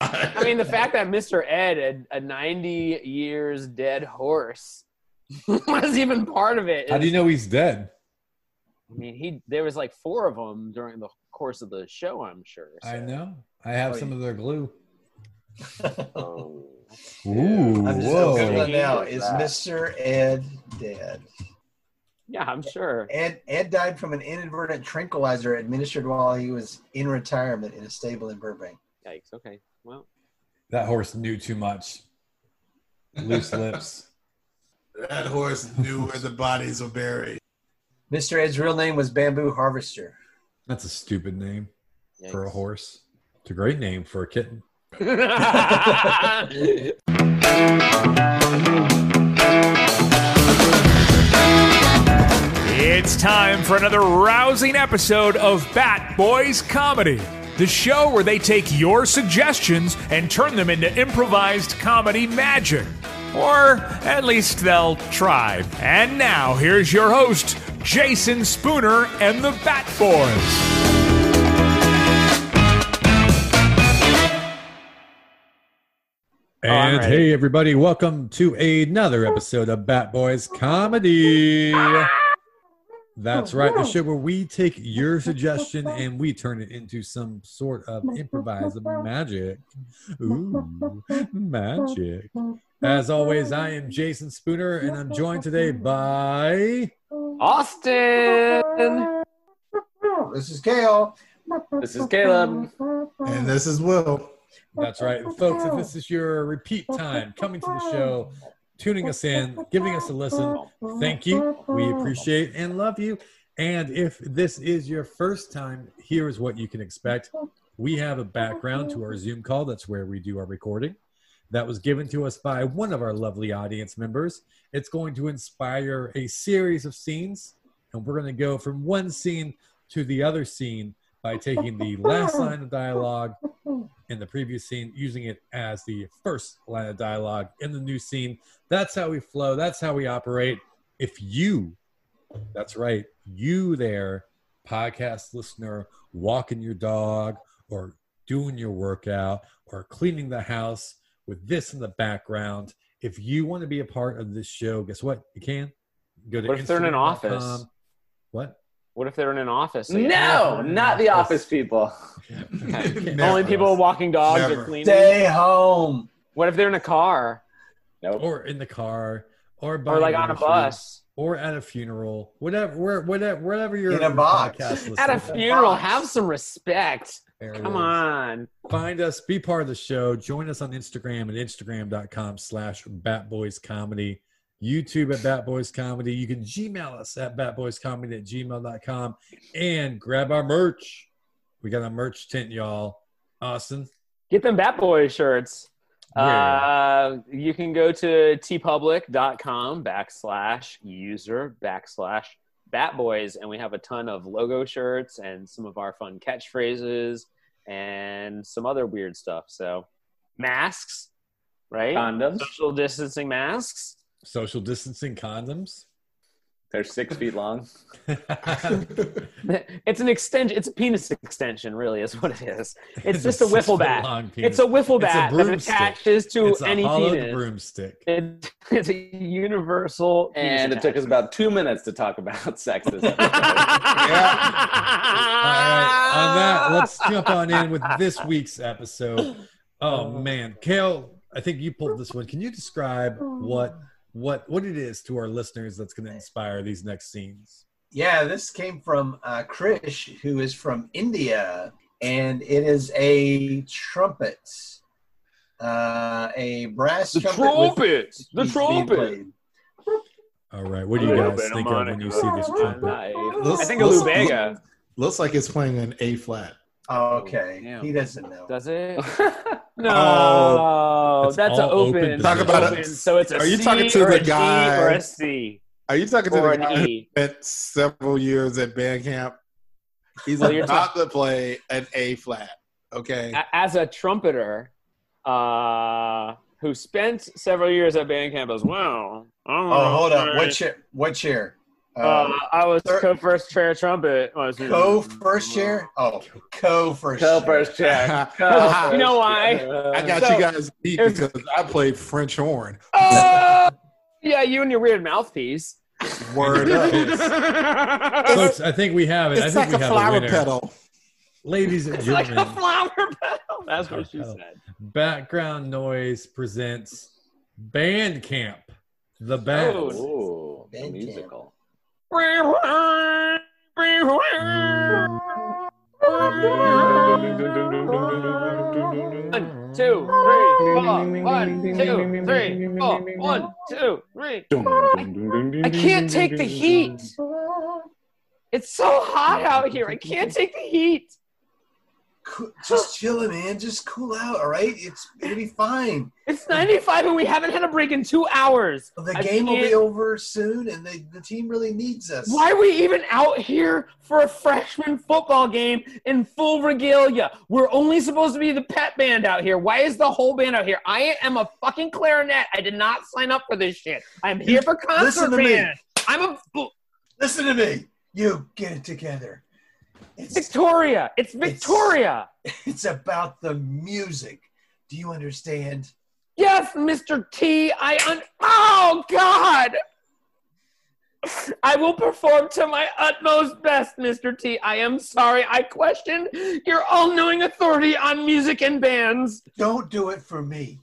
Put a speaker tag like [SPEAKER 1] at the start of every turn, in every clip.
[SPEAKER 1] God.
[SPEAKER 2] I mean, the fact that Mr. Ed, a, a 90 years dead horse, was even part of it.
[SPEAKER 3] How do you know he's dead?
[SPEAKER 2] I mean, he there was like four of them during the course of the show. I'm sure. so,
[SPEAKER 3] I know. I have
[SPEAKER 2] Oh,
[SPEAKER 3] some
[SPEAKER 2] you-
[SPEAKER 3] of their glue.
[SPEAKER 2] um,
[SPEAKER 3] Ooh,
[SPEAKER 1] I'm
[SPEAKER 3] whoa.
[SPEAKER 1] just gonna-
[SPEAKER 2] Whoa.
[SPEAKER 1] Googling now. Is Mr. Ed dead?
[SPEAKER 2] yeah, I'm sure.
[SPEAKER 1] Ed, Ed died from an inadvertent tranquilizer administered while he was in retirement in a stable in Burbank.
[SPEAKER 2] Yikes. Okay. Well,
[SPEAKER 3] That horse knew too much. Loose lips.
[SPEAKER 4] That horse knew where the bodies were buried.
[SPEAKER 1] Mr. Ed's real name was Bamboo Harvester.
[SPEAKER 3] That's a stupid name
[SPEAKER 2] yikes.
[SPEAKER 3] for a horse. It's a great name for a kitten.
[SPEAKER 2] All
[SPEAKER 5] It's time for another rousing episode of Bat Boys Comedy, the show where they take your suggestions and turn them into improvised comedy magic. Or at least they'll try. And now, here's your host, Jason Spooner and the Bat Boys.
[SPEAKER 3] And
[SPEAKER 2] ready.
[SPEAKER 3] hey, everybody, welcome to another episode of Bat Boys Comedy. That's right, the show where we take your suggestion and we turn it into some sort of improvised magic. Ooh, magic. As always, I am Jason Spooner and I'm joined today by.
[SPEAKER 2] Austin.
[SPEAKER 1] This is Kale.
[SPEAKER 2] This is Caleb.
[SPEAKER 4] And this is Will.
[SPEAKER 3] That's right, folks, if this is your repeat time coming to the show, tuning us in, giving us a listen, Thank you. We appreciate and love you. And if this is your first time, here is what you can expect. We have a background to our Zoom call. That's where we do our recording. That was given to us by one of our lovely audience members. It's going to inspire a series of scenes, and we're going to go from one scene to the other scene by taking the last line of dialogue in the previous scene, using it as the first line of dialogue in the new scene. That's how we flow. That's how we operate. If you, that's right, you there, podcast listener, walking your dog or doing your workout or cleaning the house with this in the background, if you want to be a part of this show, guess what? You can go to.
[SPEAKER 2] What if they're in an
[SPEAKER 3] Instagram.com.
[SPEAKER 2] office?
[SPEAKER 3] What?
[SPEAKER 2] What if they're in an office?
[SPEAKER 6] No, not the office people.
[SPEAKER 2] Only people walking dogs
[SPEAKER 4] Never.
[SPEAKER 2] or cleaning.
[SPEAKER 1] Stay home.
[SPEAKER 2] What if they're in a car
[SPEAKER 3] Or in the car, or
[SPEAKER 2] or
[SPEAKER 3] buying
[SPEAKER 2] like on a
[SPEAKER 3] groceries,
[SPEAKER 2] bus?
[SPEAKER 3] or at a funeral, whatever, where, whatever, wherever you're
[SPEAKER 1] In a box.
[SPEAKER 2] At a
[SPEAKER 3] listening.
[SPEAKER 2] funeral, have some respect.
[SPEAKER 3] There it
[SPEAKER 2] Come
[SPEAKER 3] is.
[SPEAKER 2] on.
[SPEAKER 3] find us be part of the show join us on instagram at instagram.com slash batboyscomedy youtube at batboyscomedy you can gmail us at batboyscomedy at gmail.com and grab our merch we got a merch tent y'all austin
[SPEAKER 2] Get them Bat Boy shirts. Uh, you can go to tpublic.com backslash user backslash Bat Boys, and we have a ton of logo shirts and some of our fun catchphrases and some other weird stuff. So, masks, right?
[SPEAKER 6] Condoms.
[SPEAKER 2] Social distancing masks.
[SPEAKER 3] social distancing condoms
[SPEAKER 6] They're six feet long.
[SPEAKER 2] It's an extension. It's a penis extension, really, is what it is. It's just a
[SPEAKER 3] such
[SPEAKER 2] wiffle bat.
[SPEAKER 3] long penis.
[SPEAKER 2] It's a wiffle
[SPEAKER 3] It's a
[SPEAKER 2] bat that
[SPEAKER 3] broomstick.
[SPEAKER 2] attaches to
[SPEAKER 3] It's a
[SPEAKER 2] any
[SPEAKER 3] hollowed
[SPEAKER 2] penis.
[SPEAKER 3] broomstick
[SPEAKER 2] It, it's a universal.
[SPEAKER 6] And it took us about two minutes to talk about sex this episode.
[SPEAKER 3] All right, on
[SPEAKER 2] Ah!
[SPEAKER 3] that, let's jump on in with this week's episode. Oh man, Kale, I think you pulled this one. Can you describe what what what it is to our listeners that's going to inspire these next scenes?
[SPEAKER 1] Yeah, this came from uh, Krish, who is from India, and it is a trumpet, uh, a brass
[SPEAKER 2] The
[SPEAKER 1] trumpet. with
[SPEAKER 2] trumpets! The
[SPEAKER 1] beats being
[SPEAKER 2] trumpet!
[SPEAKER 1] played.
[SPEAKER 3] All right, what do you guys think of when you see this trumpet?
[SPEAKER 2] I think a Lou Vega.
[SPEAKER 4] Looks like it's playing an A flat.
[SPEAKER 1] Oh, okay,
[SPEAKER 2] Damn.
[SPEAKER 1] he doesn't know.
[SPEAKER 2] Does it?
[SPEAKER 6] That's
[SPEAKER 2] No,
[SPEAKER 3] That's
[SPEAKER 2] that's, an
[SPEAKER 3] all
[SPEAKER 2] open.
[SPEAKER 3] open
[SPEAKER 4] Talk about
[SPEAKER 2] open,
[SPEAKER 4] it.
[SPEAKER 2] So it's a
[SPEAKER 4] Are you
[SPEAKER 2] C
[SPEAKER 4] talking to
[SPEAKER 2] or
[SPEAKER 4] the
[SPEAKER 2] a D
[SPEAKER 4] guy-
[SPEAKER 2] or a C
[SPEAKER 4] Are you talking to
[SPEAKER 2] or
[SPEAKER 4] the
[SPEAKER 2] an
[SPEAKER 4] guy who
[SPEAKER 2] E?
[SPEAKER 4] spent several years at band camp? He's
[SPEAKER 2] Well, you're
[SPEAKER 4] about to play an A flat. Okay.
[SPEAKER 2] A- As a trumpeter, uh, who spent several years at band camp as well.
[SPEAKER 1] Oh, hold up. What chair? What chair?
[SPEAKER 2] Uh, I was
[SPEAKER 1] thir-
[SPEAKER 2] co first chair trumpet. I was-
[SPEAKER 1] Co first chair? Oh, co first
[SPEAKER 6] Co first chair. Co
[SPEAKER 2] Uh, Ah, You know
[SPEAKER 6] first
[SPEAKER 2] why?
[SPEAKER 6] chair.
[SPEAKER 4] I got
[SPEAKER 2] So-
[SPEAKER 4] you guys beat
[SPEAKER 2] here's-
[SPEAKER 4] because I played French horn.
[SPEAKER 2] Oh, yeah, you and your weird mouthpiece.
[SPEAKER 4] Word up.
[SPEAKER 3] Folks, I think we have it.
[SPEAKER 4] It's
[SPEAKER 3] I
[SPEAKER 4] like
[SPEAKER 3] think we
[SPEAKER 4] a
[SPEAKER 3] have a
[SPEAKER 4] flower
[SPEAKER 3] winner.
[SPEAKER 4] petal.
[SPEAKER 3] Ladies and
[SPEAKER 2] It's like a
[SPEAKER 3] gentlemen,
[SPEAKER 2] flower petal. That's what she said.
[SPEAKER 3] Background Noise presents Bandcamp, the band.
[SPEAKER 2] Oh.
[SPEAKER 6] Ooh,
[SPEAKER 1] Bandcamp.
[SPEAKER 6] a musical.
[SPEAKER 2] One, two, three, four. One, two, three, four. One, two, three. I can't take the heat. It's so hot out here. I can't take the heat.
[SPEAKER 1] Coo- Just chill it, man. Just cool out, all right? It's it'll be fine.
[SPEAKER 2] It's 95 and we haven't had a break in two hours.
[SPEAKER 1] The
[SPEAKER 2] I
[SPEAKER 1] game will be
[SPEAKER 2] can't-
[SPEAKER 1] over soon, and the, the team really needs us.
[SPEAKER 2] Why are we even out here for a freshman football game in full regalia? We're only supposed to be the pet band out here. Why is the whole band out here? I am a fucking clarinet. I did not sign up for this shit. I'm here for concert
[SPEAKER 1] Listen to me.
[SPEAKER 2] band. I'm a fool.
[SPEAKER 1] Listen to me. You get it together. It's
[SPEAKER 2] Victoria. It's Victoria.
[SPEAKER 1] it's about the music. Do you understand?
[SPEAKER 2] Yes, Mr. T. I un- Oh God. I will perform to my utmost best, Mr. T. I am sorry. I questioned your all-knowing authority on music and bands.
[SPEAKER 1] Don't do it for me.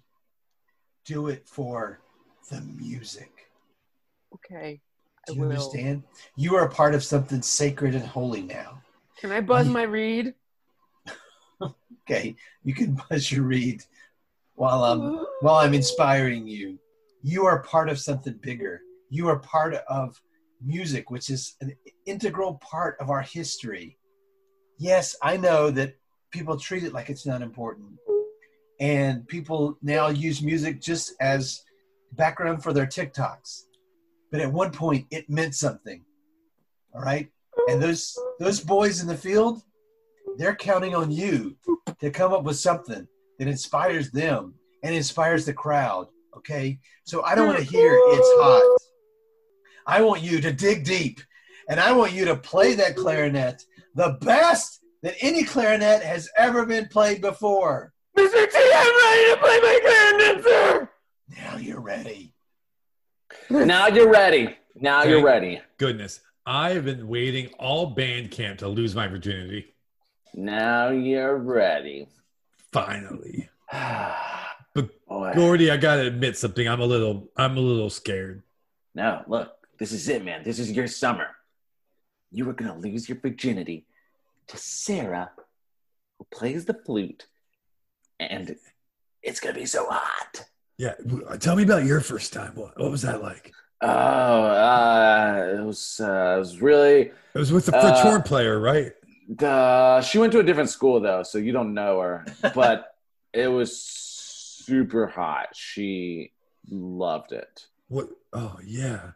[SPEAKER 1] Do it for the music.
[SPEAKER 2] Okay. I
[SPEAKER 1] Do you
[SPEAKER 2] will.
[SPEAKER 1] understand? You are a part of something sacred and holy now.
[SPEAKER 2] Can I buzz my read?
[SPEAKER 1] Okay, you can buzz your read while I'm while I'm inspiring you. You are part of something bigger. You are part of music, which is an integral part of our history. Yes, I know that people treat it like it's not important, and people now use music just as background for their TikToks. But at one point, it meant something. All right, and those those boys in the field, they're counting on you to come up with something that inspires them and inspires the crowd. Okay, so I don't want to hear it's hot. I want you to dig deep, and I want you to play that clarinet the best that any clarinet has ever been played before.
[SPEAKER 2] Mr. T, I'm ready to play my clarinet, sir.
[SPEAKER 1] Now you're ready.
[SPEAKER 6] Now you're ready. Now you're ready.
[SPEAKER 3] Goodness, I have been waiting all Bandcamp to lose my virginity.
[SPEAKER 6] Now you're ready.
[SPEAKER 3] Finally,
[SPEAKER 6] but boy,
[SPEAKER 3] Gordy, I gotta admit something. I'm a little, I'm a little scared.
[SPEAKER 6] no, look, this is it, man. This is your summer. You are gonna lose your virginity to Sarah, who plays the flute, and it's gonna be so hot.
[SPEAKER 3] Yeah, w- uh, tell me about your first time. What, what was that like?
[SPEAKER 6] Oh, uh, it was uh, it was really
[SPEAKER 3] It was with the French
[SPEAKER 6] Uh,
[SPEAKER 3] horn player, right?
[SPEAKER 6] the. She went to a different school though, so you don't know her. But it was super hot. She loved it.
[SPEAKER 3] What? Oh yeah.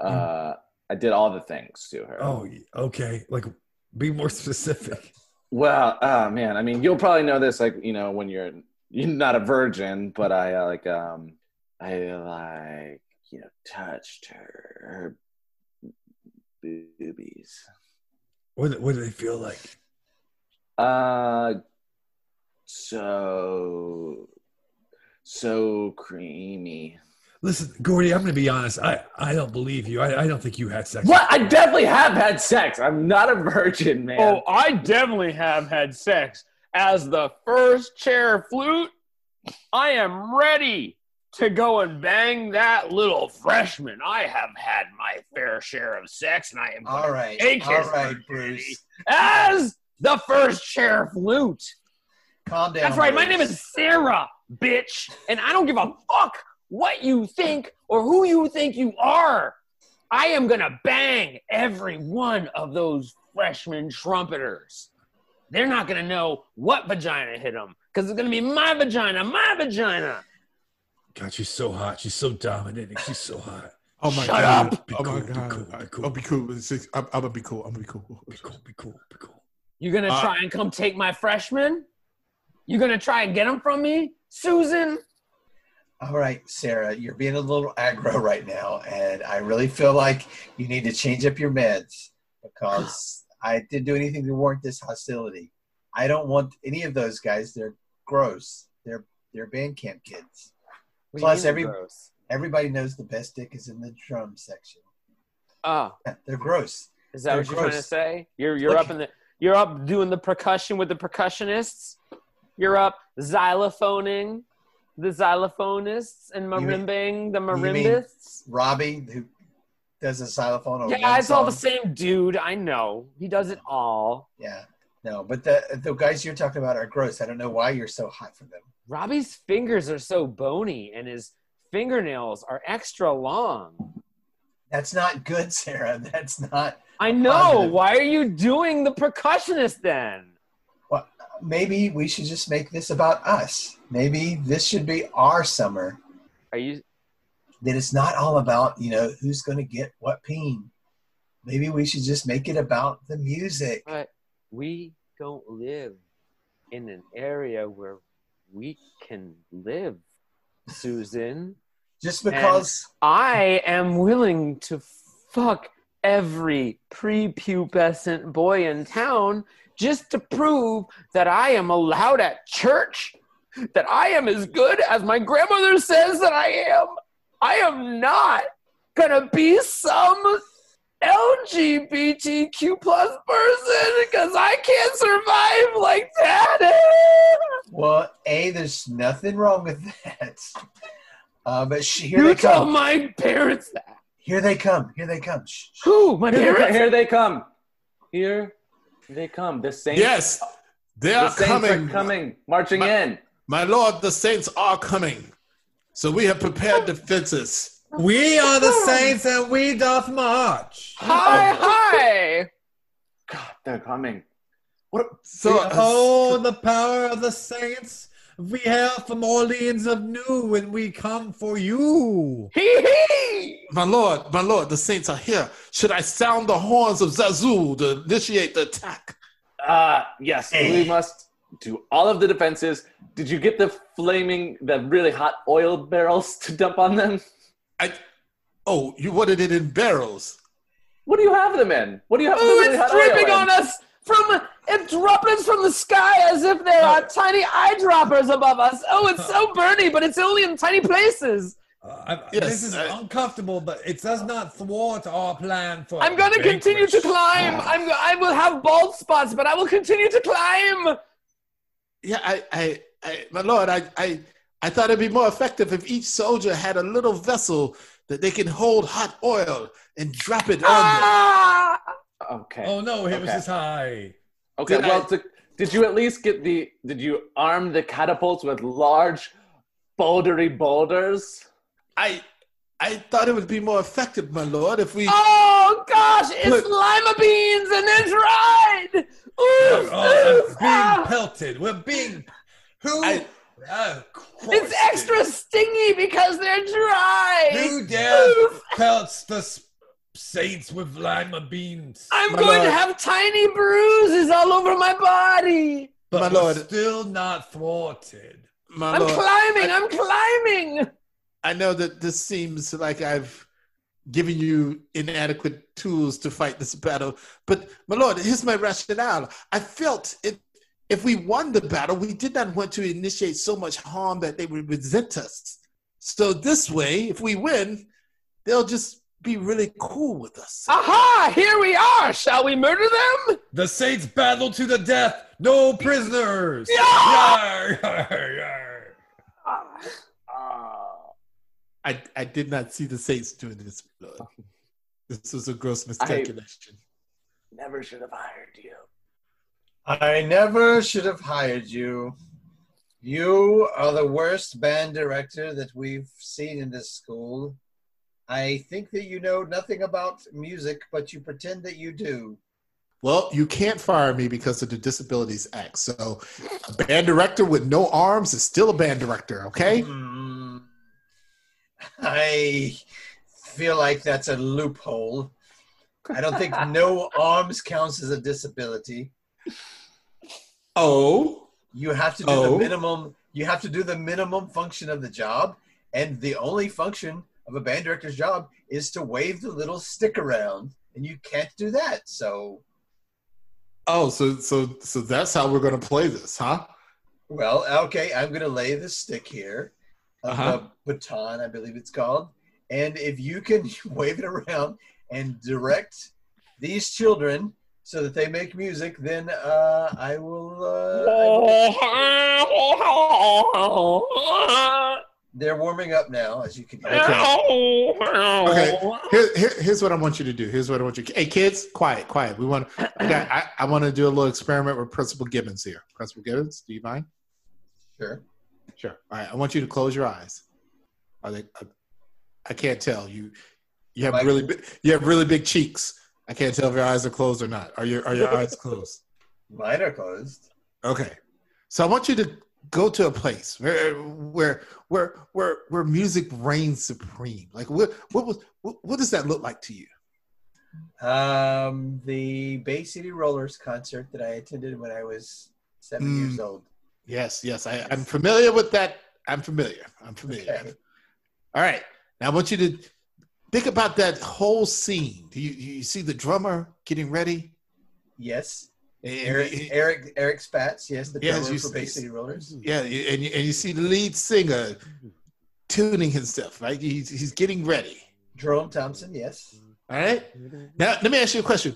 [SPEAKER 6] Uh, I did all the things to her.
[SPEAKER 3] Oh y- okay. Like, be more specific.
[SPEAKER 6] Well, oh man, I mean, you'll probably know this, like you know, when you're you're not a virgin, but I uh, like um, I like you know, touched her, her boobies.
[SPEAKER 3] What, what did they feel like?
[SPEAKER 6] Uh, so so creamy.
[SPEAKER 3] Listen, Gordy, I'm going to be honest. I, I don't believe you. I, I don't think you had sex.
[SPEAKER 6] What? I definitely have had sex. I'm not a virgin, man.
[SPEAKER 2] Oh, I definitely have had sex. As the first chair flute, I am ready to go and bang that little freshman. I have had my fair share of sex, and I am
[SPEAKER 1] All right.
[SPEAKER 2] Take
[SPEAKER 1] All
[SPEAKER 2] his
[SPEAKER 1] right,
[SPEAKER 2] virginity.
[SPEAKER 1] Bruce.
[SPEAKER 2] as the first chair flute.
[SPEAKER 1] Calm down.
[SPEAKER 2] That's right. My
[SPEAKER 1] Bruce.
[SPEAKER 2] name is Sarah, bitch, and I don't give a fuck what you think or who you think you are. I am gonna bang every one of those freshman trumpeters. They're not gonna know what vagina hit them because it's gonna be my vagina, my vagina.
[SPEAKER 3] God, she's so hot. She's so dominating. She's so hot.
[SPEAKER 4] Oh my
[SPEAKER 2] Shut
[SPEAKER 3] up.
[SPEAKER 4] god. Oh my
[SPEAKER 3] Be cool,
[SPEAKER 4] god.
[SPEAKER 3] be cool, be cool.
[SPEAKER 4] I'll be cool. with six- I'm, I'm gonna be cool. I'm gonna be cool.
[SPEAKER 3] Be cool. Be cool. Be cool.
[SPEAKER 2] You're gonna
[SPEAKER 4] Uh,
[SPEAKER 2] try and come take my freshman. You're gonna try and get them from me, Susan.
[SPEAKER 1] All right, Sarah, you're being a little aggro right now, and I really feel like you need to change up your meds because I didn't do anything to warrant this hostility. I don't want any of those guys. They're gross. They're they're band camp kids.
[SPEAKER 2] What do you
[SPEAKER 1] Plus
[SPEAKER 2] mean they're
[SPEAKER 1] every-
[SPEAKER 2] gross?
[SPEAKER 1] Everybody knows the best dick is in the drum section.
[SPEAKER 2] Oh,
[SPEAKER 1] Yeah, they're gross.
[SPEAKER 2] is that
[SPEAKER 1] They're
[SPEAKER 2] what you're trying to
[SPEAKER 1] gross.
[SPEAKER 2] say? You're you're
[SPEAKER 1] Look-
[SPEAKER 2] up in the you're up doing the percussion with the percussionists. You're up xylophoning the xylophonists and
[SPEAKER 1] You mean-
[SPEAKER 2] marimbing the
[SPEAKER 1] mean-
[SPEAKER 2] marimbists.
[SPEAKER 1] Robbie, who does a xylophone on
[SPEAKER 2] Yeah,
[SPEAKER 1] one
[SPEAKER 2] it's all the
[SPEAKER 1] song.
[SPEAKER 2] same dude. I know he does it all.
[SPEAKER 1] Yeah, no, but the the guys you're talking about are gross. I don't know why you're so hot for them.
[SPEAKER 2] Robbie's fingers are so bony, and his fingernails are extra long.
[SPEAKER 1] That's not good, Sarah. That's not.
[SPEAKER 2] I know.
[SPEAKER 1] Positive.
[SPEAKER 2] Why are you doing the percussionist then?
[SPEAKER 1] Maybe we should just make this about us. Maybe this should be our summer.
[SPEAKER 2] Are you?
[SPEAKER 1] That it's not all about you know who's going to get what peen. Maybe we should just make it about the music.
[SPEAKER 2] But we don't live in an area where we can live, Susan.
[SPEAKER 1] Just because
[SPEAKER 2] I am willing to fuck every prepubescent boy in town just to prove that I am allowed at church, that I am as good as my grandmother says that I am. I am not gonna be some LGBTQ plus person because I can't survive like that.
[SPEAKER 1] well, a there's nothing wrong with that. Uh, but sh- here
[SPEAKER 2] You
[SPEAKER 1] they
[SPEAKER 2] tell
[SPEAKER 1] come.
[SPEAKER 2] my parents that.
[SPEAKER 1] Here they come. Here they come. Shh, shh.
[SPEAKER 2] Who? My
[SPEAKER 6] Here,
[SPEAKER 2] parents?
[SPEAKER 6] here they come. Here they come. The saints.
[SPEAKER 4] Yes, they
[SPEAKER 6] The
[SPEAKER 4] are
[SPEAKER 6] saints
[SPEAKER 4] coming.
[SPEAKER 6] are coming, marching
[SPEAKER 4] My-
[SPEAKER 6] in.
[SPEAKER 4] My lord, the saints are coming. So we have prepared defenses.
[SPEAKER 3] We are the saints and we doth march.
[SPEAKER 2] Hi, hi.
[SPEAKER 6] God, they're coming.
[SPEAKER 4] So uh,
[SPEAKER 3] we hold the power of the saints. We hail from Orleans of New, and we come for you.
[SPEAKER 2] Hee hee!
[SPEAKER 4] My lord, my lord, the saints are here. Should I sound the horns of Zazu to initiate the attack?
[SPEAKER 6] Uh, yes, we must do all of the defenses. Did you get the flaming, the really hot oil barrels to dump on them?
[SPEAKER 4] I, oh, you wanted it in barrels.
[SPEAKER 6] What do you have them in? What do you have the
[SPEAKER 2] Ooh,
[SPEAKER 6] really
[SPEAKER 2] Oh, it's
[SPEAKER 6] hot oil
[SPEAKER 2] dripping
[SPEAKER 6] in?
[SPEAKER 2] on us from it droplets from the sky as if there are tiny eyedroppers above us. Oh, it's so burning, but it's only in tiny places.
[SPEAKER 3] Uh, I-
[SPEAKER 4] Yes,
[SPEAKER 3] this is
[SPEAKER 4] I-
[SPEAKER 3] uncomfortable, but it does not thwart our plan for.
[SPEAKER 2] I'm gonna
[SPEAKER 3] vanquish.
[SPEAKER 2] continue to climb. I'm go- I will have bald spots, but I will continue to climb.
[SPEAKER 4] Yeah, I, I, I my lord, I, I, I thought it'd be more effective if each soldier had a little vessel that they can hold hot oil and drop it on them.
[SPEAKER 2] Ah!
[SPEAKER 6] Okay.
[SPEAKER 3] Oh no, it was
[SPEAKER 6] Okay.
[SPEAKER 3] just high.
[SPEAKER 6] okay.
[SPEAKER 4] Oh, did
[SPEAKER 6] well,
[SPEAKER 4] I-
[SPEAKER 6] to- did you at least get the? Did you arm the catapults with large, bouldery boulders?
[SPEAKER 4] I, I thought it would be more effective, my lord, if we.
[SPEAKER 3] Ah!
[SPEAKER 2] Oh gosh, it's
[SPEAKER 4] Look.
[SPEAKER 2] lima beans and then dried. Ooh,
[SPEAKER 3] Oh,
[SPEAKER 2] ooh,
[SPEAKER 3] I'm
[SPEAKER 2] ah.
[SPEAKER 3] being pelted. We're being. Who?
[SPEAKER 4] I-
[SPEAKER 3] Oh,
[SPEAKER 2] It's
[SPEAKER 3] Christ.
[SPEAKER 2] extra stingy because they're dry.
[SPEAKER 3] Who dares
[SPEAKER 2] Oof.
[SPEAKER 3] pelts the s- saints with lima beans?
[SPEAKER 2] I'm
[SPEAKER 4] My
[SPEAKER 2] going to
[SPEAKER 4] lord.
[SPEAKER 2] have tiny bruises all over my body.
[SPEAKER 3] but
[SPEAKER 4] my
[SPEAKER 3] we're
[SPEAKER 4] lord.
[SPEAKER 3] still not thwarted.
[SPEAKER 4] my
[SPEAKER 2] I'm
[SPEAKER 4] lord,
[SPEAKER 2] climbing.
[SPEAKER 4] I-
[SPEAKER 2] I'm climbing.
[SPEAKER 4] I know that this seems like I've given you inadequate tools to fight this battle, but my lord, here's my rationale. I felt if if we won the battle, we did not want to initiate so much harm that they would resent us. So this way, if we win, they'll just be really cool with us.
[SPEAKER 2] Aha! Here we are. Shall we murder them?
[SPEAKER 3] The saints battle to the death. No prisoners.
[SPEAKER 2] Yeah!
[SPEAKER 3] Yar, yar, yar.
[SPEAKER 2] Ah.
[SPEAKER 4] I, I did not see the Saints doing this. my lord. This was a gross miscalculation.
[SPEAKER 6] Never should have hired you.
[SPEAKER 1] I never should have hired you. You are the worst band director that we've seen in this school. I think that you know nothing about music, but you pretend that you do.
[SPEAKER 4] Well, you can't fire me because of the Disabilities Act. So a band director with no arms is still a band director, okay?
[SPEAKER 1] Hmm. I feel like that's a loophole. I don't think no arms counts as a disability.
[SPEAKER 4] Oh.
[SPEAKER 1] You have to do
[SPEAKER 4] Oh.
[SPEAKER 1] the minimum. You have to do the minimum function of the job, and the only function of a band director's job is to wave the little stick around, and you can't do that. So,
[SPEAKER 4] Oh, so so so that's how we're going to play this, huh?
[SPEAKER 1] well, okay, I'm going to lay this stick here, uh,
[SPEAKER 4] Uh-huh.
[SPEAKER 1] the baton, I believe it's called, and if you can wave it around and direct these children so that they make music, then uh, I will. Uh, I will They're warming up now, as you can hear.
[SPEAKER 4] Okay. Here, here, here's what I want you to do. Here's what I want you. Hey, kids, quiet, quiet. We want. I got- I, I want to do a little experiment with Principal Gibbons here. Principal Gibbons, do you mind?
[SPEAKER 1] Sure.
[SPEAKER 4] Sure. All right. I want you to close your eyes. Are they? I, I can't tell you. You have
[SPEAKER 1] Like-
[SPEAKER 4] really big. You have really big cheeks. I can't tell if your eyes are closed or not. Are your Are your eyes closed?
[SPEAKER 1] Mine are closed.
[SPEAKER 4] Okay. So I want you to go to a place where where where where where music reigns supreme. Like what what was what, what does that look like to you?
[SPEAKER 1] Um, the Bay City Rollers concert that I attended when I was seven
[SPEAKER 4] Mm.
[SPEAKER 1] years old.
[SPEAKER 4] Yes, yes. I, I'm familiar with that. I'm familiar. I'm familiar.
[SPEAKER 1] Okay.
[SPEAKER 4] All right. Now I want you to think about that whole scene. Do you you see the drummer getting ready?
[SPEAKER 1] Yes,
[SPEAKER 4] And-
[SPEAKER 1] Eric, Eric, Eric Spatz. Yes, the
[SPEAKER 4] Yes,
[SPEAKER 1] drummer
[SPEAKER 4] you
[SPEAKER 1] for
[SPEAKER 4] see-
[SPEAKER 1] Bay City Rollers.
[SPEAKER 4] Yeah, you- and you, and you see the lead singer tuning himself, right? He's, he's getting ready.
[SPEAKER 1] Jerome Thompson. Yes.
[SPEAKER 4] All right. Now let me ask you a question.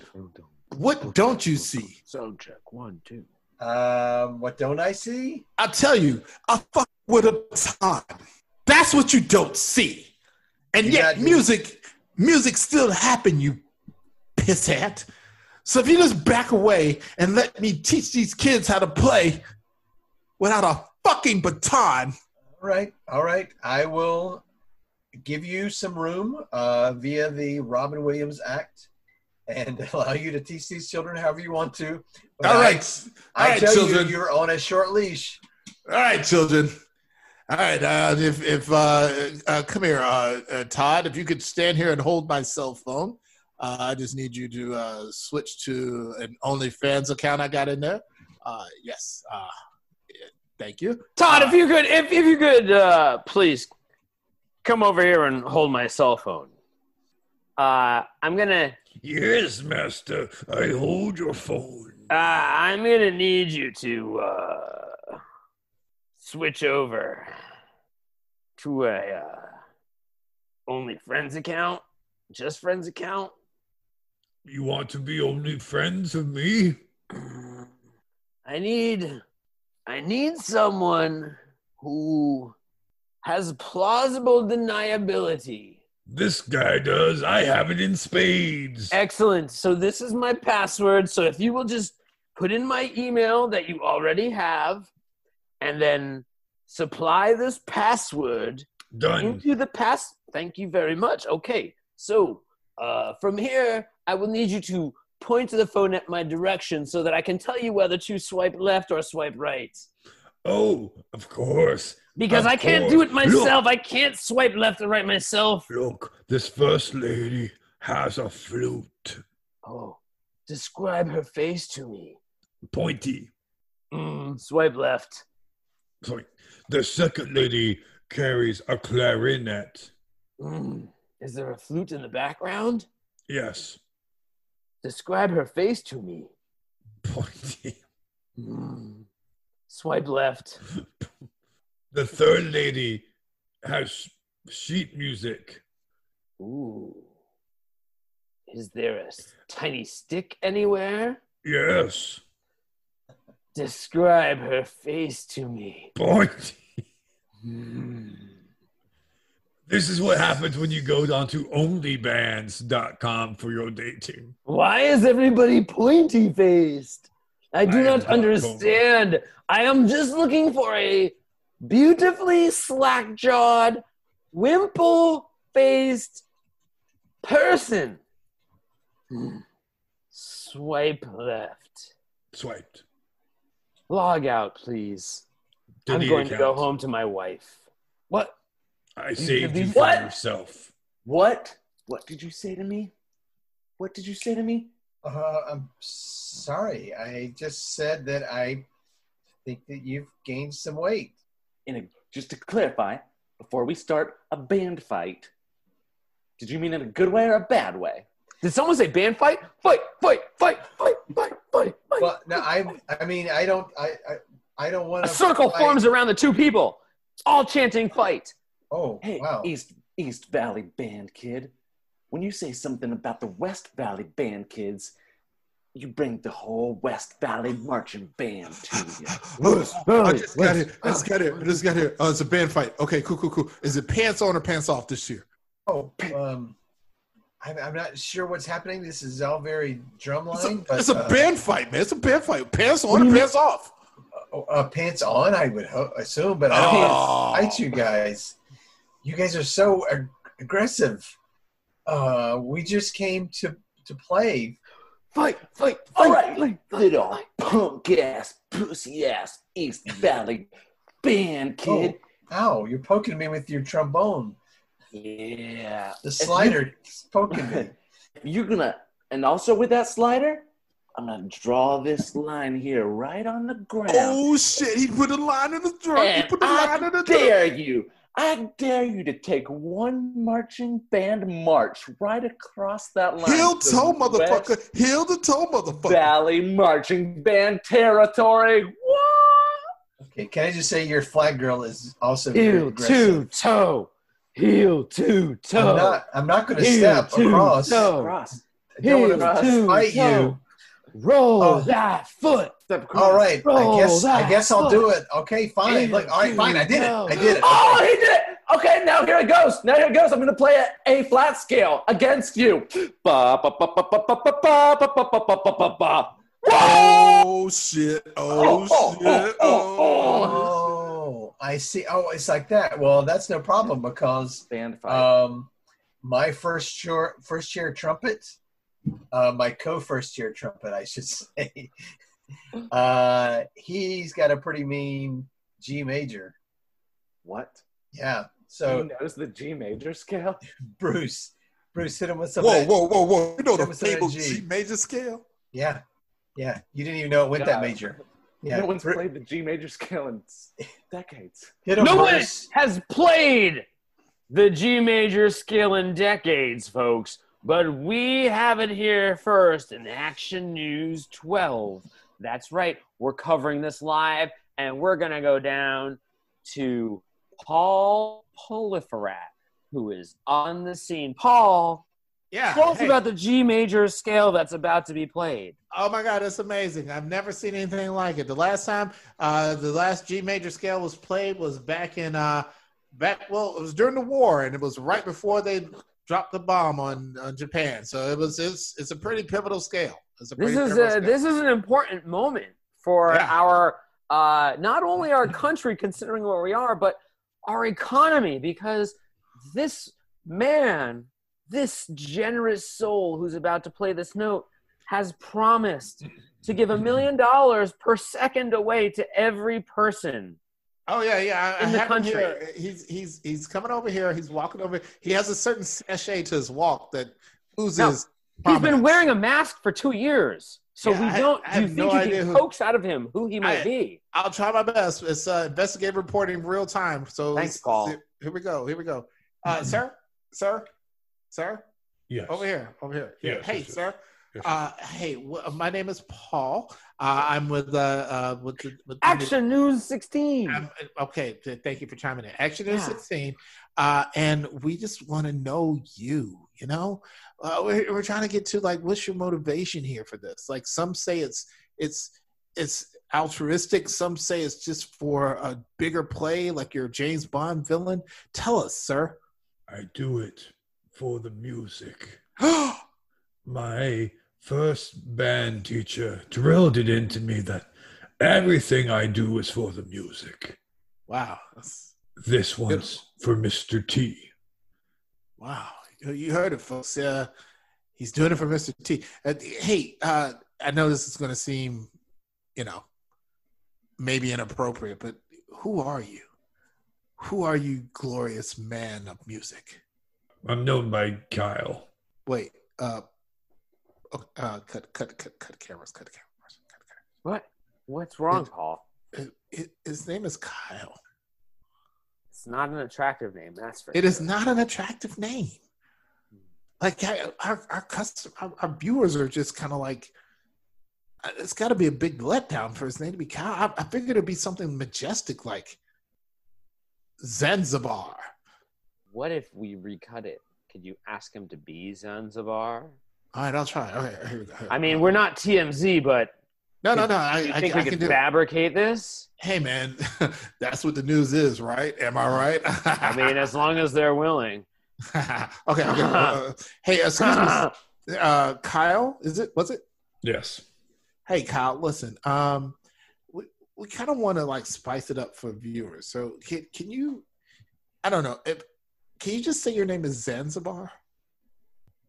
[SPEAKER 4] What don't you see?
[SPEAKER 2] Sound check one two.
[SPEAKER 1] Um, what don't I see?
[SPEAKER 4] I tell you, a fuck with a time. That's what you don't see. And
[SPEAKER 1] You're
[SPEAKER 4] yet
[SPEAKER 1] not-
[SPEAKER 4] music music still happen, you pisshat. So if you just back away and let me teach these kids how to play without a fucking baton.
[SPEAKER 1] All right, all right. I will give you some room uh, via the Robin Williams Act and allow you to teach these children however you want to. But
[SPEAKER 4] all
[SPEAKER 1] I-
[SPEAKER 4] right.
[SPEAKER 1] I,
[SPEAKER 4] all right,
[SPEAKER 1] tell
[SPEAKER 4] children.
[SPEAKER 1] you, you're on a short leash.
[SPEAKER 4] All right, children. All right, uh, if if uh, uh, come here, uh, uh, Todd. If you could stand here and hold my cell phone, uh, I just need you to uh, switch to an OnlyFans account I got in there. Uh, yes, uh, yeah, thank you.
[SPEAKER 2] Todd, if you could, if, if you could, uh, please come over here and hold my cell phone. Uh, I'm gonna,
[SPEAKER 7] Yes, master. I hold your phone.
[SPEAKER 2] uh, I'm gonna need you to uh, switch over to a uh, only friends account, just friends account.
[SPEAKER 7] You want to be only friends of me?
[SPEAKER 2] I need I need someone who has plausible deniability.
[SPEAKER 7] This guy does. I have it in spades.
[SPEAKER 2] Excellent. So this is my password. So if you will just put in my email that you already have and then supply this password
[SPEAKER 7] Done.
[SPEAKER 2] into the past. Thank you very much. Okay, so uh, from here, I will need you to point to the phone at my direction so that I can tell you whether to swipe left or swipe right.
[SPEAKER 7] Oh, of course.
[SPEAKER 2] Because
[SPEAKER 7] Of
[SPEAKER 2] I can't do
[SPEAKER 7] course.
[SPEAKER 2] it myself. I can't swipe left and right myself.
[SPEAKER 7] Look, this first lady has a flute.
[SPEAKER 2] Oh, describe her face to me.
[SPEAKER 7] Pointy.
[SPEAKER 2] Mm, swipe left.
[SPEAKER 7] Sorry. The second lady carries a clarinet.
[SPEAKER 2] Mm, is there a flute in the background?
[SPEAKER 7] Yes,
[SPEAKER 2] Describe her face to me.
[SPEAKER 7] pointy.
[SPEAKER 2] Mm, swipe left.
[SPEAKER 7] The third lady has sheet music.
[SPEAKER 2] Ooh. Is there a s- tiny stick anywhere?
[SPEAKER 7] Yes,
[SPEAKER 2] Describe her face to me.
[SPEAKER 7] pointy. This is what happens when you go down to onlybands.com for your dating.
[SPEAKER 2] Why is everybody pointy faced? I do
[SPEAKER 7] I am
[SPEAKER 2] not
[SPEAKER 7] not
[SPEAKER 2] understand. I am just looking for a beautifully slack jawed, wimple faced person. Hmm. Swipe left.
[SPEAKER 7] Swiped.
[SPEAKER 2] Log out, please. I'm
[SPEAKER 7] Delete
[SPEAKER 2] going to go
[SPEAKER 7] account.
[SPEAKER 2] home to my wife. What?
[SPEAKER 7] I saved you
[SPEAKER 2] delete-
[SPEAKER 7] from
[SPEAKER 2] What?
[SPEAKER 7] yourself.
[SPEAKER 2] What? What did you say to me? What did you say to me?
[SPEAKER 1] Uh, I'm sorry. I just said that I think that you've gained some weight.
[SPEAKER 6] In a, just to clarify, before we start a band fight. Did you mean in a good way or a bad way?
[SPEAKER 2] Did someone say band fight? Fight, fight, fight, fight, fight, fight, fight.
[SPEAKER 1] Well, no, I I mean I don't I I, I don't want
[SPEAKER 2] a circle forms around the two people, all chanting fight.
[SPEAKER 1] Oh
[SPEAKER 6] Hey,
[SPEAKER 1] wow!
[SPEAKER 6] East East Valley band kid, when you say something about the West Valley band kids, you bring the whole West Valley marching band to you.
[SPEAKER 4] I just got here. I just got here. I just got here. Oh, it's a band fight. Okay, cool, cool, cool. Is it pants on or pants off this year?
[SPEAKER 1] Oh, um, I'm, I'm not sure what's happening. This is all very
[SPEAKER 4] It's a,
[SPEAKER 1] drumline. but,
[SPEAKER 4] it's a
[SPEAKER 1] uh,
[SPEAKER 4] band fight, man. It's a band fight. Pants on or pants off.
[SPEAKER 1] oh, uh, pants on, I would ho- assume, but I don't
[SPEAKER 4] Oh.
[SPEAKER 1] want to fight you guys. You guys are so ag- aggressive. Uh, we just came to to play.
[SPEAKER 6] Fight, fight, fight. All right, little punk ass, pussy ass East Valley band kid.
[SPEAKER 1] Ow! You're poking me with your trombone.
[SPEAKER 6] Oh. Yeah.
[SPEAKER 1] The
[SPEAKER 6] If you-
[SPEAKER 1] slider is poking me.
[SPEAKER 6] You're gonna, and also with that slider, I'm gonna draw this line here right on the ground.
[SPEAKER 4] Oh shit! He put a line in the drum. He
[SPEAKER 6] and
[SPEAKER 4] put a line in
[SPEAKER 6] I
[SPEAKER 4] the drum.
[SPEAKER 6] dare you. I dare you to take one marching band march right across that line.
[SPEAKER 4] Heel
[SPEAKER 6] to
[SPEAKER 4] toe,
[SPEAKER 6] West
[SPEAKER 4] motherfucker. Heel to toe, motherfucker.
[SPEAKER 6] Valley marching band territory. What?
[SPEAKER 1] Okay, can I just say your flag girl is also very
[SPEAKER 2] Heel
[SPEAKER 1] aggressive.
[SPEAKER 2] two toe, heel two
[SPEAKER 1] I'm
[SPEAKER 2] toe,
[SPEAKER 1] not. I'm not going to
[SPEAKER 2] heel
[SPEAKER 1] step
[SPEAKER 2] two
[SPEAKER 1] across.
[SPEAKER 2] toe.
[SPEAKER 6] Cross.
[SPEAKER 1] I don't
[SPEAKER 6] heel
[SPEAKER 1] want to
[SPEAKER 6] two
[SPEAKER 1] fight you.
[SPEAKER 2] toe. roll
[SPEAKER 1] Oh.
[SPEAKER 2] that foot.
[SPEAKER 6] Step across.
[SPEAKER 1] All right, I
[SPEAKER 2] Roll
[SPEAKER 1] guess I
[SPEAKER 2] that
[SPEAKER 1] guess I'll
[SPEAKER 2] foot.
[SPEAKER 1] do it. Okay, fine.
[SPEAKER 2] Heel
[SPEAKER 1] Look, all right,
[SPEAKER 2] two
[SPEAKER 1] fine. I did it. I did it.
[SPEAKER 6] Oh, he did it. Okay, now here it goes. Now here it goes. I'm gonna play a A flat scale against you. Ba ba ba ba ba ba ba ba ba ba ba ba ba ba. Whoa!
[SPEAKER 4] Oh shit! Oh
[SPEAKER 6] Oh, oh,
[SPEAKER 4] shit!
[SPEAKER 6] oh, oh,
[SPEAKER 4] Oh.
[SPEAKER 1] Oh, I see. Oh, it's like that. Well, that's no problem because
[SPEAKER 6] Band
[SPEAKER 3] Uh,
[SPEAKER 6] fight.
[SPEAKER 1] um, my first chair, first chair trumpet, uh, my co-first chair trumpet, I should say. Uh, he's got a pretty mean G major.
[SPEAKER 6] What?
[SPEAKER 1] Yeah.
[SPEAKER 6] Who
[SPEAKER 1] So
[SPEAKER 6] knows the G major scale?
[SPEAKER 1] Bruce, Bruce hit him with some. of
[SPEAKER 4] Whoa,
[SPEAKER 1] that-
[SPEAKER 4] Oh. whoa, whoa, whoa! You know
[SPEAKER 1] That
[SPEAKER 4] the
[SPEAKER 1] was an
[SPEAKER 4] fable
[SPEAKER 1] G.
[SPEAKER 4] G major scale.
[SPEAKER 1] Yeah, yeah. You didn't even know it went that
[SPEAKER 6] No.
[SPEAKER 1] major. Yeah.
[SPEAKER 6] No one's
[SPEAKER 1] Bru-
[SPEAKER 6] played the G major scale in s- decades.
[SPEAKER 1] Hit him,
[SPEAKER 2] No one
[SPEAKER 1] Bruce.
[SPEAKER 2] has played the G major scale in decades, folks. But we have it here first in Action News 12. That's right. We're covering this live, and we're going to go down to Paul Proliferat, who is on the scene. Paul,
[SPEAKER 4] Yeah.
[SPEAKER 2] tell us
[SPEAKER 4] hey.
[SPEAKER 2] about the G major scale that's about to be played.
[SPEAKER 4] Oh my God, it's amazing. I've never seen anything like it. The last time uh, the last G major scale was played was back in, uh, back, well, it was during the war and it was right before they dropped the bomb on, on Japan. So it was, it's, it's a pretty pivotal scale. It's a
[SPEAKER 2] this
[SPEAKER 4] pretty
[SPEAKER 2] is
[SPEAKER 4] pivotal
[SPEAKER 2] a,
[SPEAKER 4] scale.
[SPEAKER 2] this is an important moment for
[SPEAKER 4] Yeah.
[SPEAKER 2] our uh, not only our country considering where we are but our economy because this man this generous soul who's about to play this note has promised to give a million dollars per second away to every person
[SPEAKER 4] Oh yeah, yeah. I,
[SPEAKER 2] in
[SPEAKER 4] I
[SPEAKER 2] the
[SPEAKER 4] have him
[SPEAKER 2] country.
[SPEAKER 4] here. He's he's he's coming over here. He's walking over. He has a certain sachet to his walk that oozes.
[SPEAKER 2] he's been
[SPEAKER 4] prominence.
[SPEAKER 2] wearing a mask for two years so
[SPEAKER 4] Yeah,
[SPEAKER 2] we
[SPEAKER 4] I-
[SPEAKER 2] don't
[SPEAKER 4] I
[SPEAKER 2] do you
[SPEAKER 4] have
[SPEAKER 2] think
[SPEAKER 4] no
[SPEAKER 2] you
[SPEAKER 4] idea
[SPEAKER 2] can
[SPEAKER 4] who-
[SPEAKER 2] coax out of him who he might
[SPEAKER 4] I-
[SPEAKER 2] be
[SPEAKER 4] I'll try my best. It's uh, investigative reporting real time. So
[SPEAKER 2] Thanks,
[SPEAKER 4] let's-
[SPEAKER 2] Paul.
[SPEAKER 4] Here we go. Here we go.
[SPEAKER 2] Mm-hmm.
[SPEAKER 4] Uh, sir, sir, sir,
[SPEAKER 7] Yes.
[SPEAKER 4] over here, over here. Yeah.
[SPEAKER 7] Yes,
[SPEAKER 4] hey,
[SPEAKER 7] yes, yes.
[SPEAKER 4] sir.
[SPEAKER 7] Yes.
[SPEAKER 4] Uh, hey, wh- my name is Paul. Uh, I'm with uh, uh with, the, with the-
[SPEAKER 2] action news 16
[SPEAKER 4] I'm- okay, th- thank you for chiming in. Action is
[SPEAKER 2] Yeah.
[SPEAKER 4] 16, uh, and we just want to know you. You know, uh, we're, we're trying to get to like, what's your motivation here for this? Like, some say it's it's it's altruistic. Some say it's just for a bigger play, like your James Bond villain. Tell us, sir.
[SPEAKER 7] I do it for the music.
[SPEAKER 4] oh,
[SPEAKER 7] My first band teacher drilled it into me that everything I do is for the music.
[SPEAKER 4] wow, That's-
[SPEAKER 7] This one's for Mr. T.
[SPEAKER 4] wow, you, you heard it, folks. Uh, he's doing it for Mr. T. Uh, hey, uh, I know this is going to seem, you know, maybe inappropriate, but who are you? Who are you, glorious man of music?
[SPEAKER 7] I'm known by Kyle.
[SPEAKER 4] Wait, uh, oh, uh cut, cut, cut, cut cameras, cut cameras, cut Uh, cameras.
[SPEAKER 2] what what's wrong paul
[SPEAKER 4] His, his name is Kyle.
[SPEAKER 2] His It's not an attractive name, that's for
[SPEAKER 4] It
[SPEAKER 2] sure.
[SPEAKER 4] is not an attractive name. Like I, our our custom our, our viewers are just kind of like, uh, it's got to be a big letdown for his name to be Kyle. I, I figured it'd be something majestic like Zanzibar.
[SPEAKER 2] What if we recut it? Could you ask him to be Zanzibar?
[SPEAKER 4] All right, I'll try. Okay, here we go.
[SPEAKER 2] I mean, we're not TMZ, but
[SPEAKER 4] no, no, no. I,
[SPEAKER 2] you
[SPEAKER 4] Uh, I,
[SPEAKER 2] think
[SPEAKER 4] I
[SPEAKER 2] we
[SPEAKER 4] can
[SPEAKER 2] could
[SPEAKER 4] do. it.
[SPEAKER 2] fabricate this?
[SPEAKER 4] Hey, man, that's what the news is, right? Am I right?
[SPEAKER 2] I mean, as long as they're willing.
[SPEAKER 4] okay. okay. uh, hey, excuse me, uh, Kyle. Is it? Was it?
[SPEAKER 3] Yes.
[SPEAKER 4] Hey, Kyle. Listen, um, we we kind of want to like spice it up for viewers. So can can you? I don't know. If, can you just say your name is Zanzibar?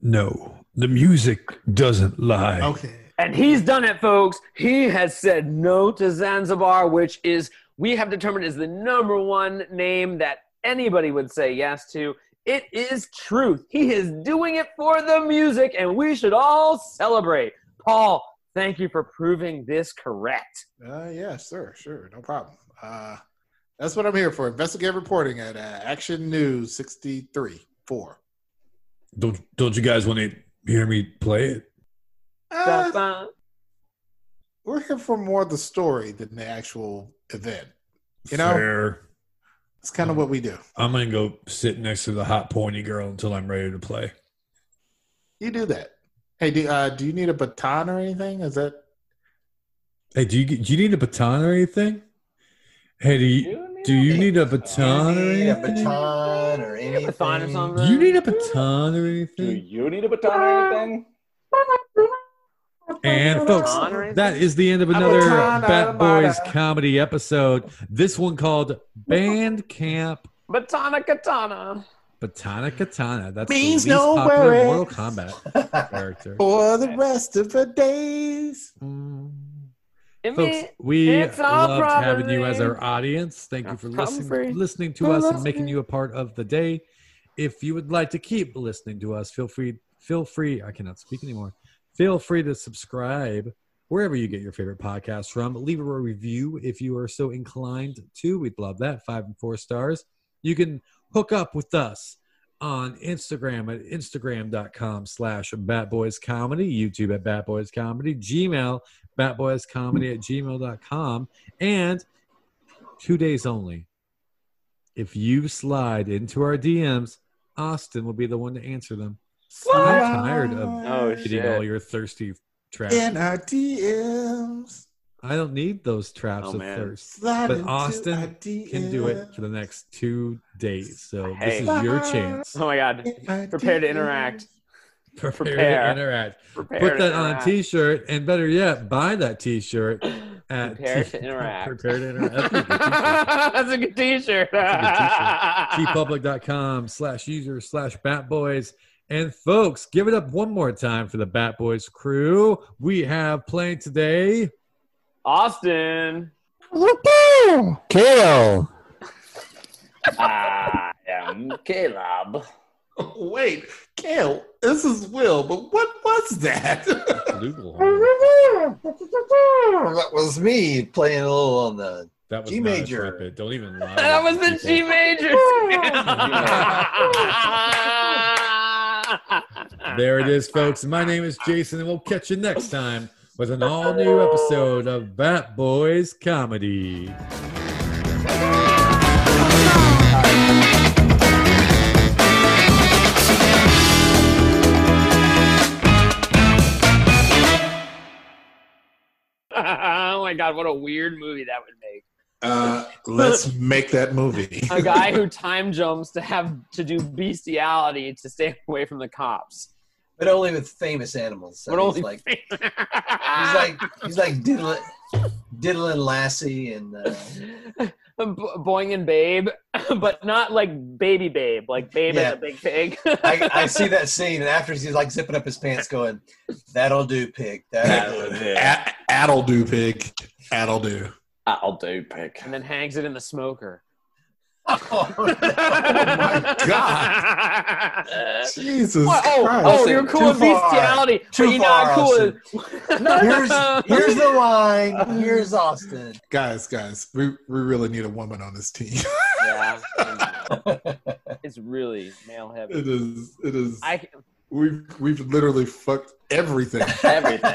[SPEAKER 3] No, the music doesn't lie.
[SPEAKER 4] Okay.
[SPEAKER 2] And he's done it, folks. He has said no to Zanzibar, which is, we have determined, is the number one name that anybody would say yes to. It is truth. He is doing it for the music, and we should all celebrate. Paul, thank you for proving this correct.
[SPEAKER 4] Uh, yeah, sure, sure, no problem. Uh, that's what I'm here for. Investigative reporting at uh, Action News sixty three four.
[SPEAKER 3] Don't don't you guys want to hear me play it?
[SPEAKER 4] Uh, we're here for more of the story than the actual event. You know-
[SPEAKER 3] Fair.
[SPEAKER 4] It's kind of what we do.
[SPEAKER 3] I'm gonna go sit next to the hot pointy girl until I'm ready to play.
[SPEAKER 4] You do that. Hey, do, uh, do you need a baton or anything? Is that
[SPEAKER 3] Hey, do you do you need a baton or anything? Hey, do you do you need a baton or
[SPEAKER 1] Need a
[SPEAKER 3] anything?
[SPEAKER 1] baton or anything.
[SPEAKER 2] Marathon or something.
[SPEAKER 3] You need a baton or
[SPEAKER 6] Do
[SPEAKER 3] anything?
[SPEAKER 6] you need a baton or anything?
[SPEAKER 3] And folks,
[SPEAKER 2] Baton or anything?
[SPEAKER 3] that is the end of another Bat Boys comedy episode. This one called Band Camp
[SPEAKER 2] Batana Katana.
[SPEAKER 3] Batana Katana. That's
[SPEAKER 4] Means
[SPEAKER 3] the least
[SPEAKER 4] no
[SPEAKER 3] popular
[SPEAKER 4] worries.
[SPEAKER 3] Mortal Kombat character.
[SPEAKER 4] for the rest of the days?
[SPEAKER 3] Mm.
[SPEAKER 2] It
[SPEAKER 3] Folks,
[SPEAKER 2] mean-
[SPEAKER 3] we
[SPEAKER 2] it's all
[SPEAKER 3] loved having you as
[SPEAKER 2] probably-
[SPEAKER 3] our audience. Thank you for
[SPEAKER 2] Probably.
[SPEAKER 3] listening, listening to
[SPEAKER 2] We're
[SPEAKER 3] us and
[SPEAKER 2] listening.
[SPEAKER 3] making you a part of the day. If you would like to keep listening to us, feel free. Feel free. I cannot speak anymore. Feel free to subscribe wherever you get your favorite podcast from. Leave a review if you are so inclined to. We'd love that. Five and four stars. You can hook up with us on Instagram at instagram.com slash batboyscomedy, YouTube at batboyscomedy, Gmail, batboyscomedy at gmail.com, and two days only. If you slide into our DMs, Austin will be the one to answer them. I'm tired of
[SPEAKER 2] Oh,
[SPEAKER 3] hitting
[SPEAKER 2] Shit.
[SPEAKER 3] all your thirsty traps.
[SPEAKER 4] in our DMs.
[SPEAKER 3] I don't need those traps
[SPEAKER 2] Oh,
[SPEAKER 3] of
[SPEAKER 2] man.
[SPEAKER 3] thirst.
[SPEAKER 4] Slide
[SPEAKER 3] But
[SPEAKER 4] into
[SPEAKER 3] Austin
[SPEAKER 4] our
[SPEAKER 3] Can do it for the
[SPEAKER 4] DMs.
[SPEAKER 3] next two days. So
[SPEAKER 2] Hey.
[SPEAKER 3] this is your chance.
[SPEAKER 2] Oh my God.
[SPEAKER 4] In our
[SPEAKER 2] Prepare to
[SPEAKER 4] DMs.
[SPEAKER 2] interact.
[SPEAKER 3] Prepare,
[SPEAKER 2] Prepare.
[SPEAKER 3] to interact.
[SPEAKER 2] Prepare
[SPEAKER 3] Put
[SPEAKER 2] to
[SPEAKER 3] that on a
[SPEAKER 2] interact.
[SPEAKER 3] t-shirt, and better yet, buy that t-shirt at
[SPEAKER 2] Uh, Prepare to interact.
[SPEAKER 3] prepare to interact.
[SPEAKER 2] That's a good T-shirt.
[SPEAKER 3] That's tpublic.com slash user slash batboys. And folks, give it up one more time for the Bat Boys crew. We have playing today.
[SPEAKER 2] Austin.
[SPEAKER 8] Kale.
[SPEAKER 6] I am Caleb.
[SPEAKER 4] Wait, Kale, this is Will, but what was that?
[SPEAKER 1] that was me playing a little on the.
[SPEAKER 3] That was
[SPEAKER 1] G
[SPEAKER 3] not a
[SPEAKER 1] major.
[SPEAKER 3] trumpet. Don't even lie.
[SPEAKER 2] That was the
[SPEAKER 3] people.
[SPEAKER 2] G major.
[SPEAKER 3] There it is, folks. My name is Jason, and we'll catch you next time with an all new episode of Bat Boys Comedy.
[SPEAKER 2] oh my God! What a weird movie that would make.
[SPEAKER 4] Uh, let's make that movie.
[SPEAKER 2] A guy who time jumps to have to do bestiality to stay away from the cops.
[SPEAKER 1] But only with famous animals. So
[SPEAKER 2] But
[SPEAKER 1] he's
[SPEAKER 2] only
[SPEAKER 1] like
[SPEAKER 2] Ah.
[SPEAKER 1] he's like he's like diddling, diddling Lassie and uh,
[SPEAKER 2] B- Boing and Babe, but not like Baby Babe, like Babe
[SPEAKER 1] Yeah.
[SPEAKER 2] and the Big Pig.
[SPEAKER 1] I, I see that scene and after he's like zipping up his pants, going, "That'll do, pig. That'll do."
[SPEAKER 4] A- Addle do, pig. Addle do.
[SPEAKER 6] I'll do pick.
[SPEAKER 2] and then hangs it in the smoker.
[SPEAKER 1] Oh,
[SPEAKER 4] my
[SPEAKER 2] God.
[SPEAKER 4] Jesus
[SPEAKER 2] What? Oh,
[SPEAKER 4] Christ.
[SPEAKER 2] oh, you're cool with
[SPEAKER 1] Too far.
[SPEAKER 2] bestiality,
[SPEAKER 1] Too
[SPEAKER 2] but you're not
[SPEAKER 1] far,
[SPEAKER 2] cool with.
[SPEAKER 1] here's, here's the line. Here's Austin.
[SPEAKER 4] Guys, guys, we, we really need a woman on this team.
[SPEAKER 2] yeah, it's really male heavy.
[SPEAKER 4] it is it is
[SPEAKER 2] I
[SPEAKER 4] we've we've literally fucked everything.
[SPEAKER 6] Everything.